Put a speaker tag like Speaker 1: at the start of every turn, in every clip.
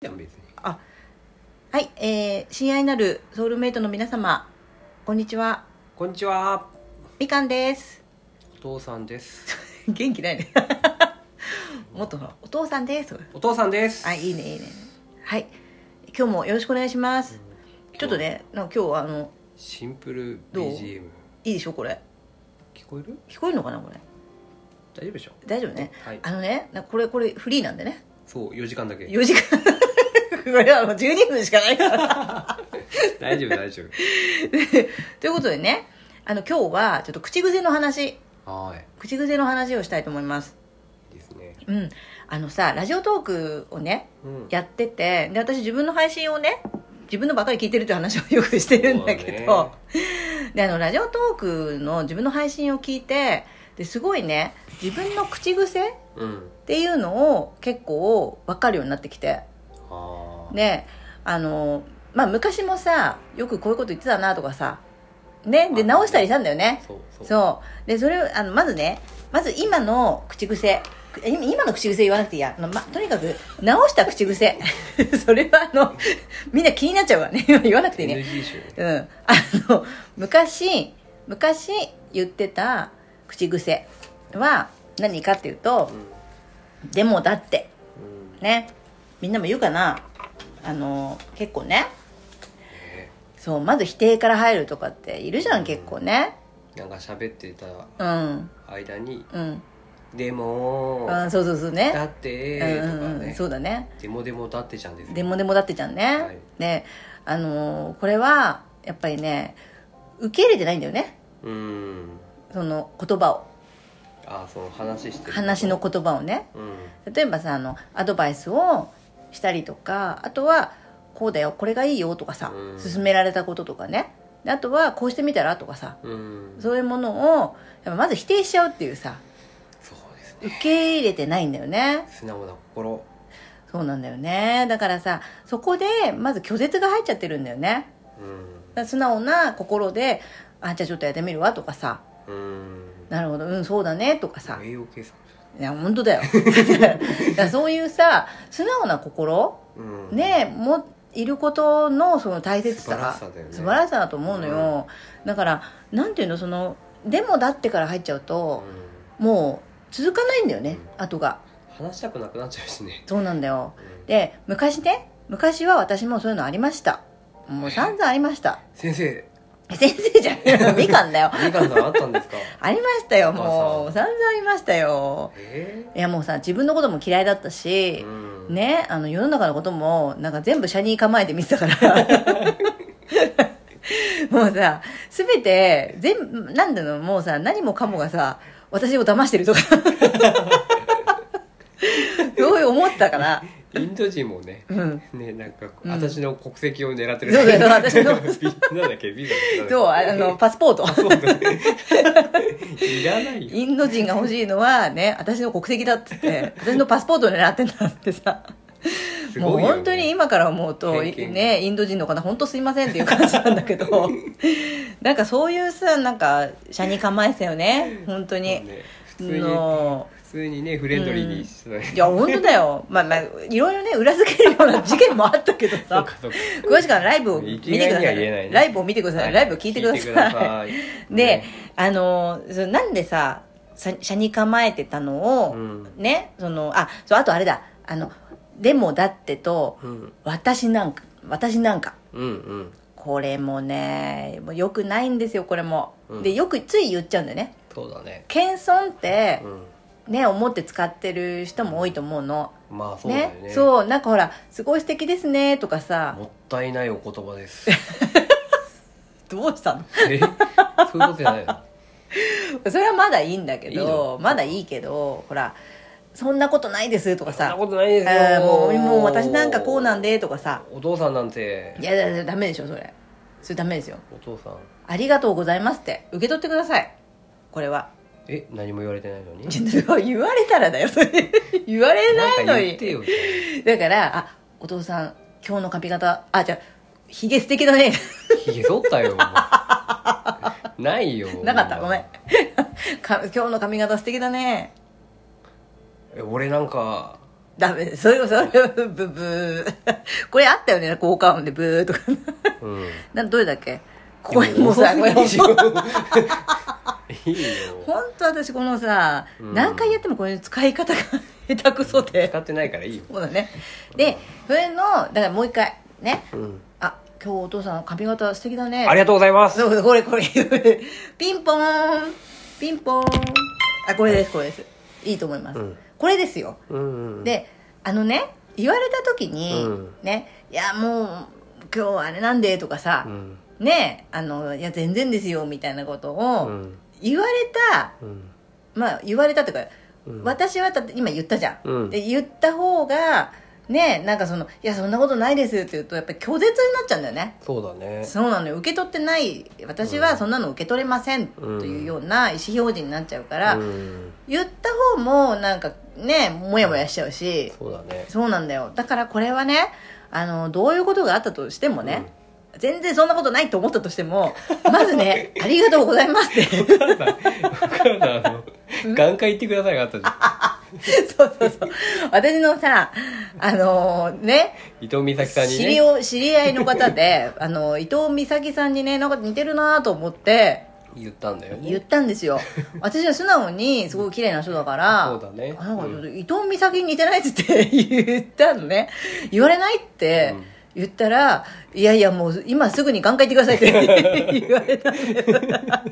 Speaker 1: ですね
Speaker 2: あはい、えー、親愛なるソウルメイトの皆様こんにちは
Speaker 1: こんにちは
Speaker 2: みかんです
Speaker 1: お 父さんです
Speaker 2: 元気ないね もっとほらお父さんです
Speaker 1: お父さんです
Speaker 2: あいいねいいねはい今日もよろしくお願いしますちょっとねなんか今日はあの
Speaker 1: シンプル
Speaker 2: どう
Speaker 1: BGM
Speaker 2: いいでしょこれ
Speaker 1: 聞こえる
Speaker 2: 聞こえるのかなこれ
Speaker 1: 大丈夫でしょ
Speaker 2: 大丈夫ね
Speaker 1: はい
Speaker 2: あのねなこれこれフリーなんでね
Speaker 1: そう4時間だけ
Speaker 2: 4時間 これはもう12分しかないから
Speaker 1: 大丈夫大丈
Speaker 2: ということでねあの今日はちょっと口癖の話
Speaker 1: 夫はーい
Speaker 2: 口癖の話をしたいと思います
Speaker 1: いいですね
Speaker 2: うんあのさラジオトークをね
Speaker 1: うん
Speaker 2: やっててで私自分の配信をね自分のばかり聞いてるって話をよくしてるんだけどであのラジオトークの自分の配信を聞いてですごいね自分の口癖っ
Speaker 1: そうだねうん
Speaker 2: ていうのを結構分かるようになってきて
Speaker 1: あー
Speaker 2: であのまあ昔もさよくこういうこと言ってたなとかさねで直したりしたんだよね
Speaker 1: そうそう
Speaker 2: そうでそれをあのまずねまず今の口癖く今今の口癖言わなくていいや、あのま、とにかく直した口癖 それはあのみんな気になっちゃうわね 言わなくていいね
Speaker 1: NG 集ね
Speaker 2: うんあの昔昔言ってた口癖は何かっていうと「でもだって
Speaker 1: うんうん」
Speaker 2: ねみんなも言うかなあの結構ね
Speaker 1: ね
Speaker 2: そうまず否定から入るとかっているじゃん結構ね
Speaker 1: なんか喋ってた
Speaker 2: うん
Speaker 1: 間に
Speaker 2: うん
Speaker 1: 「でも
Speaker 2: うんそうそうそうね
Speaker 1: だって」とか
Speaker 2: うんうんうん
Speaker 1: ね
Speaker 2: そうだね
Speaker 1: 「でもでもだってちゃん」です
Speaker 2: でもでもだってちゃんね、
Speaker 1: はい
Speaker 2: ねあのーこれはやっぱりね受け入れてないんだよね
Speaker 1: うん
Speaker 2: その言葉を
Speaker 1: あーその話してる
Speaker 2: 話の言葉をね
Speaker 1: うん
Speaker 2: 例えばさあのアドバイスをしたりとかあとはこうだよこれがいいよとかさ
Speaker 1: うん
Speaker 2: 勧められたこととかねであとはこうしてみたらとかさ
Speaker 1: うん
Speaker 2: そういうものをやっぱまず否定しちゃうっていうさ
Speaker 1: そうですね
Speaker 2: 受け入れてないんだよね
Speaker 1: 素直な心
Speaker 2: そうなんだよねだからさそこでまず拒絶が入っちゃってるんだよね
Speaker 1: うん
Speaker 2: 素直な心で「あじゃあちょっとやってみるわ」とかさ
Speaker 1: うん
Speaker 2: 「なるほどうんそうだね」とかさ
Speaker 1: 栄養計算
Speaker 2: いや本当だよ だからそういうさ素直な心
Speaker 1: うん
Speaker 2: ねもいることのその大切さが
Speaker 1: 素晴らしさだよね
Speaker 2: 素晴らしさだと思うのよ、だからなんていうのその「でもだって」から入っちゃう
Speaker 1: う
Speaker 2: と
Speaker 1: ん
Speaker 2: もう続かないんだよね、
Speaker 1: うん
Speaker 2: 後が
Speaker 1: 話したくなくなっちゃうしね
Speaker 2: そうなんだよ
Speaker 1: うん
Speaker 2: で昔ね昔は私もそういうのありましたもう散々ありました
Speaker 1: 先生
Speaker 2: え先生じゃんみかん だよ
Speaker 1: みかんさんあったんですか
Speaker 2: ありましたよ
Speaker 1: まあ
Speaker 2: もう散々ありましたよ
Speaker 1: え
Speaker 2: いやもうさ自分のことも嫌いだった
Speaker 1: え
Speaker 2: し、
Speaker 1: うん
Speaker 2: ねあの世の中のこともなんか全部車に構えて見てたから もうさ全て全部なんだろうもうさ何もかもがさ私を騙してる とかそう思ったから
Speaker 1: インド人もね
Speaker 2: うん
Speaker 1: ねなんかこう
Speaker 2: うん
Speaker 1: 私の国籍を狙ってる
Speaker 2: そうだよ私の
Speaker 1: ビなんだっけビザだっけ
Speaker 2: そうあ のパスポート
Speaker 1: そうだね いらないよ
Speaker 2: インド人が欲しいのはね私の国籍だっつ って私のパスポートを狙ってんだってさ
Speaker 1: す
Speaker 2: も
Speaker 1: ご
Speaker 2: う
Speaker 1: いよね
Speaker 2: 本当に今から思うと、
Speaker 1: 偏見
Speaker 2: ね、インド人の方本当すいませんっていう感じなんだ けどなんかそういうさなんか車に構えてたよね本当に、
Speaker 1: ね普通に
Speaker 2: の
Speaker 1: 普通にねフレンドリーにしてたね
Speaker 2: いや本当だよまあまあいろいろね裏付けるような事件もあったけど
Speaker 1: そう
Speaker 2: さ
Speaker 1: かそうか
Speaker 2: 詳しくはライブを見
Speaker 1: 一
Speaker 2: て
Speaker 1: 概
Speaker 2: くだ
Speaker 1: に
Speaker 2: さ、
Speaker 1: はい言えないね
Speaker 2: ライブを見てください、ライブを聞いてください
Speaker 1: 聞いてくださ い
Speaker 2: で、あのそのなんでささ車に構えてたのを、
Speaker 1: うん
Speaker 2: ねそのあそうあとあれだあの「でもだって」と
Speaker 1: うん
Speaker 2: 「私なんか」私なんか
Speaker 1: うんうん
Speaker 2: これもねもうよくないんですよこれも、
Speaker 1: うん
Speaker 2: でよくつい言っちゃうんだよね
Speaker 1: そうだね
Speaker 2: 謙遜って
Speaker 1: う、ん
Speaker 2: ね思って使ってる人も多いと思うの
Speaker 1: まあそうだよね
Speaker 2: そうなんかほら「すごい素敵ですね」とかさ
Speaker 1: もったいないお言葉です
Speaker 2: どうしたの
Speaker 1: えそういうことじゃないの
Speaker 2: それはまだいいんだけ
Speaker 1: いい
Speaker 2: ど
Speaker 1: の
Speaker 2: まだいいけどほら「そんなことないです」とか
Speaker 1: そんな
Speaker 2: さ
Speaker 1: ことないです
Speaker 2: あー
Speaker 1: よ
Speaker 2: もうもう私なんかこうなんでとかさ
Speaker 1: お父さんなんて
Speaker 2: いやいやいやダメでしょそれそれダメですよ
Speaker 1: お父さん
Speaker 2: ありがとうございますって受け取ってくださいこれ は
Speaker 1: え何も言われてないのに
Speaker 2: 言われたらだよそ れ言われないの
Speaker 1: か
Speaker 2: に
Speaker 1: 言ってよ
Speaker 2: だからあお父さん今日の髪型あじゃあひげ素敵だね
Speaker 1: ひげ剃ったよ ないよ
Speaker 2: なかったごめん か今日の髪型素敵だね
Speaker 1: え俺なんか
Speaker 2: ダメそれもそれもブブーこれあったよね効果音でブー とか
Speaker 1: うん
Speaker 2: などれだっけこれもうさこれもう
Speaker 1: いいよいいよ
Speaker 2: 本当私このさ、
Speaker 1: うん
Speaker 2: 何回やってもこれ使い方が下手くそで
Speaker 1: 使ってないからいいよ
Speaker 2: そうだねでそれのだからもう一回ね
Speaker 1: うん
Speaker 2: あ今日お父さん髪型素敵だね
Speaker 1: ありがとうございます
Speaker 2: そうこれこれピンポーンピンポーンあこれですこれですいいと思います、
Speaker 1: うん
Speaker 2: これですよ
Speaker 1: うんうん
Speaker 2: であのね言われた時に、
Speaker 1: うん
Speaker 2: ねいやもう今日はあれなんでとかさ
Speaker 1: う、ん
Speaker 2: ねあのいや全然ですよみたいなこと
Speaker 1: う
Speaker 2: を
Speaker 1: ん
Speaker 2: 言われた、
Speaker 1: うん
Speaker 2: まあ言われたというか、
Speaker 1: うん
Speaker 2: 私はだって今言ったじゃん、
Speaker 1: うん
Speaker 2: で言った方がねなんかその「いやそんなことないです」って言うとやっぱり拒絶になっちゃうんだよね
Speaker 1: そうだね
Speaker 2: そうなのよ受け取ってない私はそんなの受け取れませんと
Speaker 1: うん
Speaker 2: いうような意思表示になっちゃうから、
Speaker 1: うん
Speaker 2: 言った方もなんかねモヤモヤしちゃうし
Speaker 1: そうだ ね
Speaker 2: そうなんだよだからこれはねあのどういうことがあったとしてもね、全然そんなことないと思ったとしてもまずね「ありがとうございます」って
Speaker 1: わかんないわかんないあの 眼科行ってくださいがあったじゃん
Speaker 2: そうそうそう私のさあのね
Speaker 1: 伊藤美咲さんに
Speaker 2: 知り
Speaker 1: ね
Speaker 2: お知り合いの方で あの伊藤美咲さんにねなんか似てるなと思って
Speaker 1: 言ったんだよね
Speaker 2: 言ったんですよ私は素直にすごい綺麗な人だから
Speaker 1: そうだね
Speaker 2: あなんかちょっと伊藤美咲に似てないっつって言ったのね言われないって
Speaker 1: うん
Speaker 2: 言ったら、いやいやもう今すぐに眼科行ってくださいって言われたんだよ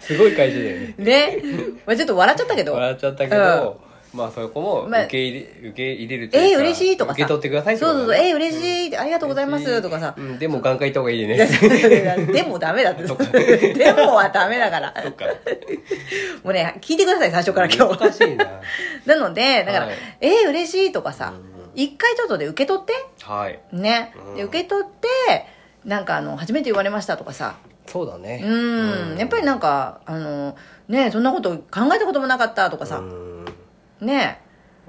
Speaker 1: すごい会社だよね
Speaker 2: ね、まあ、ちょっと笑っちゃったけど
Speaker 1: 笑っちゃったけど、まあそこも
Speaker 2: まあ
Speaker 1: 受け入れ,、受け入れるというか
Speaker 2: えー、嬉しいとかさ
Speaker 1: 受け取ってくださいって
Speaker 2: そ
Speaker 1: こ
Speaker 2: う
Speaker 1: と
Speaker 2: そう
Speaker 1: だ
Speaker 2: そう
Speaker 1: ね
Speaker 2: えー、嬉しいってありがとうございますと かさ
Speaker 1: うん、でも眼科行った方がいい
Speaker 2: いや
Speaker 1: ね
Speaker 2: でもダメだって
Speaker 1: そっか
Speaker 2: でもはダメだから
Speaker 1: そっか
Speaker 2: もうね聞いてください最初から今
Speaker 1: 難
Speaker 2: 日
Speaker 1: しいな
Speaker 2: なのでだから「
Speaker 1: はい
Speaker 2: えー、嬉しい」とかさ
Speaker 1: うん
Speaker 2: 一回ちょっとで受け取って
Speaker 1: はい
Speaker 2: ね、
Speaker 1: うん
Speaker 2: で受け取ってなんかあの初めて言われましたとかさ
Speaker 1: そうだね
Speaker 2: うん、やっぱりなんかあのねそんなこと考えたこともなかったとかさ
Speaker 1: う、ん
Speaker 2: ね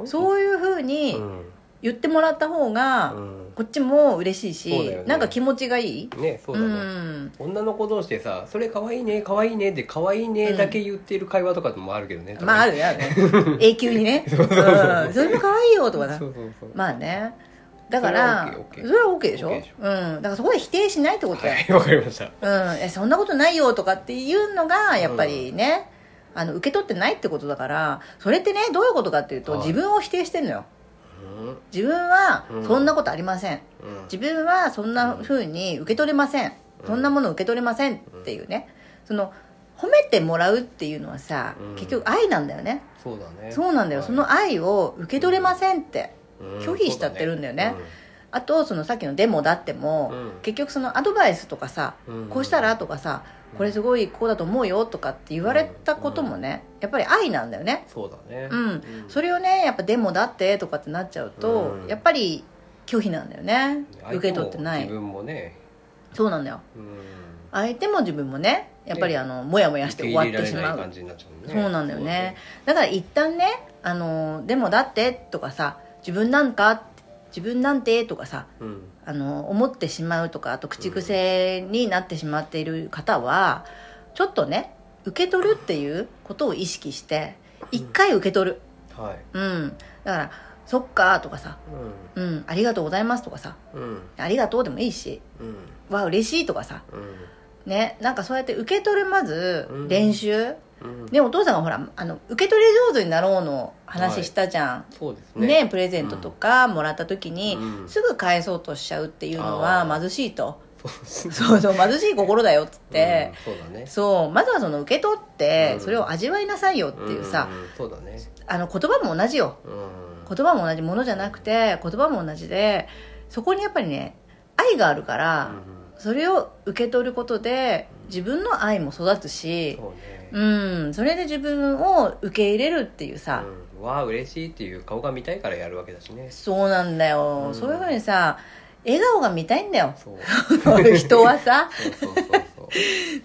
Speaker 2: そういうふう
Speaker 1: う
Speaker 2: に
Speaker 1: ん
Speaker 2: 言ってもらった方が、
Speaker 1: うん
Speaker 2: こっちも嬉しいし、
Speaker 1: そうだよね
Speaker 2: なんか気持ちがいい
Speaker 1: ねそう
Speaker 2: う
Speaker 1: だね、
Speaker 2: ん
Speaker 1: 女の子同士でさ「それ可愛いね可愛いね」で可愛いね」だけ言ってる会話とかもあるけどね、
Speaker 2: まああるねある ね永久にねうんそれも可愛いよとかな
Speaker 1: そうそうそう
Speaker 2: まあねだから
Speaker 1: そ
Speaker 2: そ
Speaker 1: れ
Speaker 2: れは OK でしょ
Speaker 1: OK でしょ
Speaker 2: うんだからそこで否定しないってことだよ、
Speaker 1: はいわかりました
Speaker 2: うん、えそんなことないよとかっていうのがやっぱりね、あの受け取ってないってことだからそれってねどういうことかっていうと、
Speaker 1: はい
Speaker 2: 自分を否定してるのよ
Speaker 1: うん
Speaker 2: 自分は
Speaker 1: うん
Speaker 2: そんなことありません、
Speaker 1: うん
Speaker 2: 自分はそんなふうに受け取れません、そんなもの受け取れませんっていうねその褒めてもらうっていうのはさ、
Speaker 1: うん
Speaker 2: 結局愛なんだよね
Speaker 1: そうだね
Speaker 2: そうなんだよ、
Speaker 1: はい
Speaker 2: その愛を受け取れませんって
Speaker 1: うん
Speaker 2: 拒否しちゃってるんだよね
Speaker 1: そうだ
Speaker 2: あとそのさっきの「デモだっても、
Speaker 1: うん
Speaker 2: 結局そのアドバイスとかさ、
Speaker 1: うん
Speaker 2: こうしたらとかさこれすごいこうだと思うよとかって言われたこともね、やっぱり愛なんだよね
Speaker 1: そうだね
Speaker 2: うん、それをねやっぱ「デモだって」とかってなっちゃうと、
Speaker 1: うん
Speaker 2: やっぱり拒否なんだよね受け取ってな
Speaker 1: 相手
Speaker 2: い
Speaker 1: も自分もね
Speaker 2: そうなんだよ
Speaker 1: うん
Speaker 2: 相手も自分もねやっぱり
Speaker 1: ね
Speaker 2: あのモヤモヤして終わっ
Speaker 1: 受け
Speaker 2: て
Speaker 1: 入
Speaker 2: し
Speaker 1: れられ
Speaker 2: ま
Speaker 1: ないう感じになっちゃうね
Speaker 2: そうなんだよねだから一旦ね「あのでもだって」とかさ「自分なんか」自分なんてとかさ
Speaker 1: そうだねうん
Speaker 2: あの思ってしまうとかあと口癖になってしまっている方は、ちょっとね受け取るっていうことを意識して一回受け取る
Speaker 1: はい
Speaker 2: うんだから「そっか」とかさ「うんありがとうございます」とかさ
Speaker 1: うんうん
Speaker 2: 「ありがとう」でもいいし
Speaker 1: うん
Speaker 2: 「わ嬉しい」とかさ
Speaker 1: うん
Speaker 2: ねなんかそうやって受け取るまず
Speaker 1: うん
Speaker 2: 練習、
Speaker 1: うん
Speaker 2: ねお父さんがほらあの受け取り上手になろうの話したじゃん、
Speaker 1: そうですね
Speaker 2: ねプレゼントとかもらった時に、
Speaker 1: うん
Speaker 2: すぐ返そうとしちゃうっていうのは
Speaker 1: あー
Speaker 2: 貧しいと。
Speaker 1: そう ですね
Speaker 2: そうそう貧しい心だよっつって、
Speaker 1: うんそうだね
Speaker 2: そうまずはその受け取って、
Speaker 1: うん
Speaker 2: それを味わいなさいよっていうさ、
Speaker 1: んんそうだね
Speaker 2: あの言葉も同じよ
Speaker 1: うん
Speaker 2: 言葉も同じものじゃなくて言葉も同じでそこにやっぱりね愛があるから、
Speaker 1: うん
Speaker 2: それを受け取ることで自分の愛も育つし
Speaker 1: そうね
Speaker 2: うんそれで自分を受け入れるっていうさ、
Speaker 1: うんわあ嬉しいっていう顔が見たいからやるわけだしね
Speaker 2: そうなんだよ、
Speaker 1: うん
Speaker 2: そういうふうにさ笑顔が見たいんだよ
Speaker 1: そう
Speaker 2: 人はさ
Speaker 1: そうそうそう そう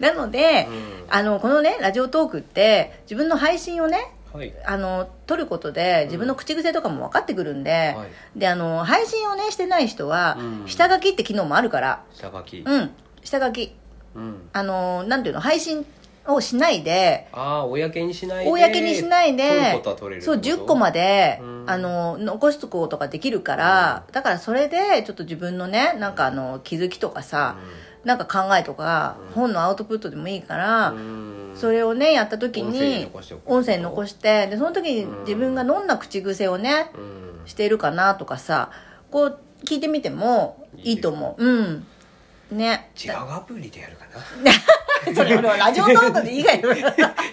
Speaker 2: なので、
Speaker 1: うん
Speaker 2: あのこのねラジオトークって自分の配信をね
Speaker 1: はい
Speaker 2: あの撮ることで自分の口癖とかも分かってくるんで、
Speaker 1: はい
Speaker 2: であの配信をねしてない人は、
Speaker 1: うん
Speaker 2: 下書きって機能もあるから
Speaker 1: 下書き
Speaker 2: うん下書き
Speaker 1: うん
Speaker 2: あのなんていうの配信をしないで
Speaker 1: ああ公にしないで
Speaker 2: 公にしないで
Speaker 1: 取ることは取れる
Speaker 2: そう10個ま
Speaker 1: で
Speaker 2: で、
Speaker 1: うん
Speaker 2: あの残すことができるから、だからそれでちょっと自分のねなんかあの気づきとかさ、なんか考えとか、
Speaker 1: うん
Speaker 2: 本のアウトプットでもいいから、
Speaker 1: うん
Speaker 2: それをねやった時
Speaker 1: 音声に
Speaker 2: に
Speaker 1: 残しておく
Speaker 2: 音声に残してでその時に
Speaker 1: うん
Speaker 2: 自分がどんな口癖をね
Speaker 1: うん
Speaker 2: しているかなとかさこう聞いてみてもいいと思ううんね
Speaker 1: 違うアプリでやるかな
Speaker 2: それ俺はラジオトークで以外の
Speaker 1: 違う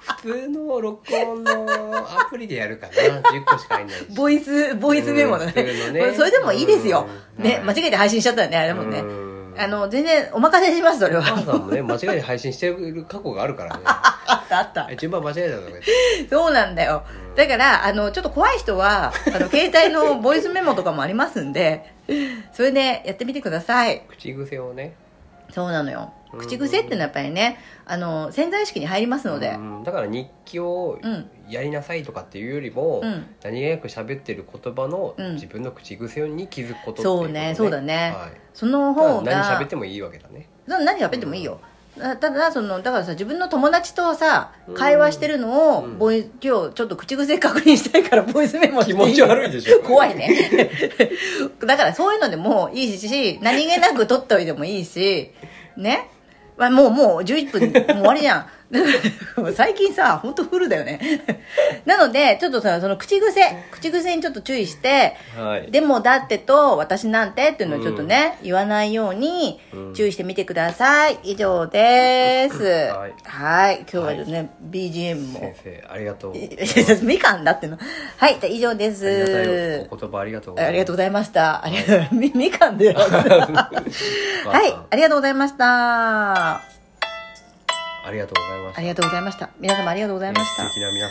Speaker 1: 普通の録音のアプリでやるかな10個しか入んないし
Speaker 2: ボイスボイスメモだね
Speaker 1: うんそういうのね
Speaker 2: それでもいいですよ、
Speaker 1: うん
Speaker 2: ね
Speaker 1: はい
Speaker 2: 間違えて配信しちゃったよねあれもね
Speaker 1: うん
Speaker 2: あの全然お任せしますそれ
Speaker 1: お母
Speaker 2: は
Speaker 1: さんもね間違えて配信してる過去があるからね
Speaker 2: あったあった
Speaker 1: え順番間違えたとか言って
Speaker 2: そうなんだよだからあのちょっと怖い人はあの携帯のボイスメモとかもありますんでそれでやってみてください
Speaker 1: 口癖をね
Speaker 2: そうなのよ
Speaker 1: うん
Speaker 2: 口癖ってのはやっぱりねあの潜在意識に入りますので
Speaker 1: うんだから日記を
Speaker 2: うん
Speaker 1: やりなさいとかっていうよりも、
Speaker 2: うん
Speaker 1: 何気なく喋ってる言葉の
Speaker 2: うん
Speaker 1: 自分の口癖に気づくことっていう
Speaker 2: そう
Speaker 1: こと
Speaker 2: ねそうだね
Speaker 1: はい
Speaker 2: その
Speaker 1: だから
Speaker 2: 方
Speaker 1: 何
Speaker 2: が
Speaker 1: 喋ってもいいわけだね
Speaker 2: そう何喋ってもいいよ、だただそのだからさ自分の友達とさ
Speaker 1: うん
Speaker 2: 会話してるのを、
Speaker 1: うん
Speaker 2: ボイ今日ちょっと口癖確認したいからボイスメモして
Speaker 1: 気持ち悪いでしょ
Speaker 2: 怖いねだからそういうのでもいいし何気なく取っておいてもいいしねまあ、もうもう11分もう終わりじゃん だから最近さ本当フルだよね なのでちょっとさその口癖口癖にちょっと注意して
Speaker 1: はい
Speaker 2: でもだってと私なんてっていうのをちょっとね、言わないように
Speaker 1: うん
Speaker 2: 注意してみてください。以上です。
Speaker 1: はい
Speaker 2: はい今日はですね、BGM も
Speaker 1: 先。生ありがとう
Speaker 2: みかんだっての。はい、じゃあ以上で
Speaker 1: ありがたい
Speaker 2: す。
Speaker 1: お言葉ありがとうございます
Speaker 2: ありがとうございました。ありがとう。 み、みか んで。はい、ありがとうございました。あ
Speaker 1: ありがとうございました
Speaker 2: りがとうございました。皆様ありがとうございました
Speaker 1: 素。敵な皆様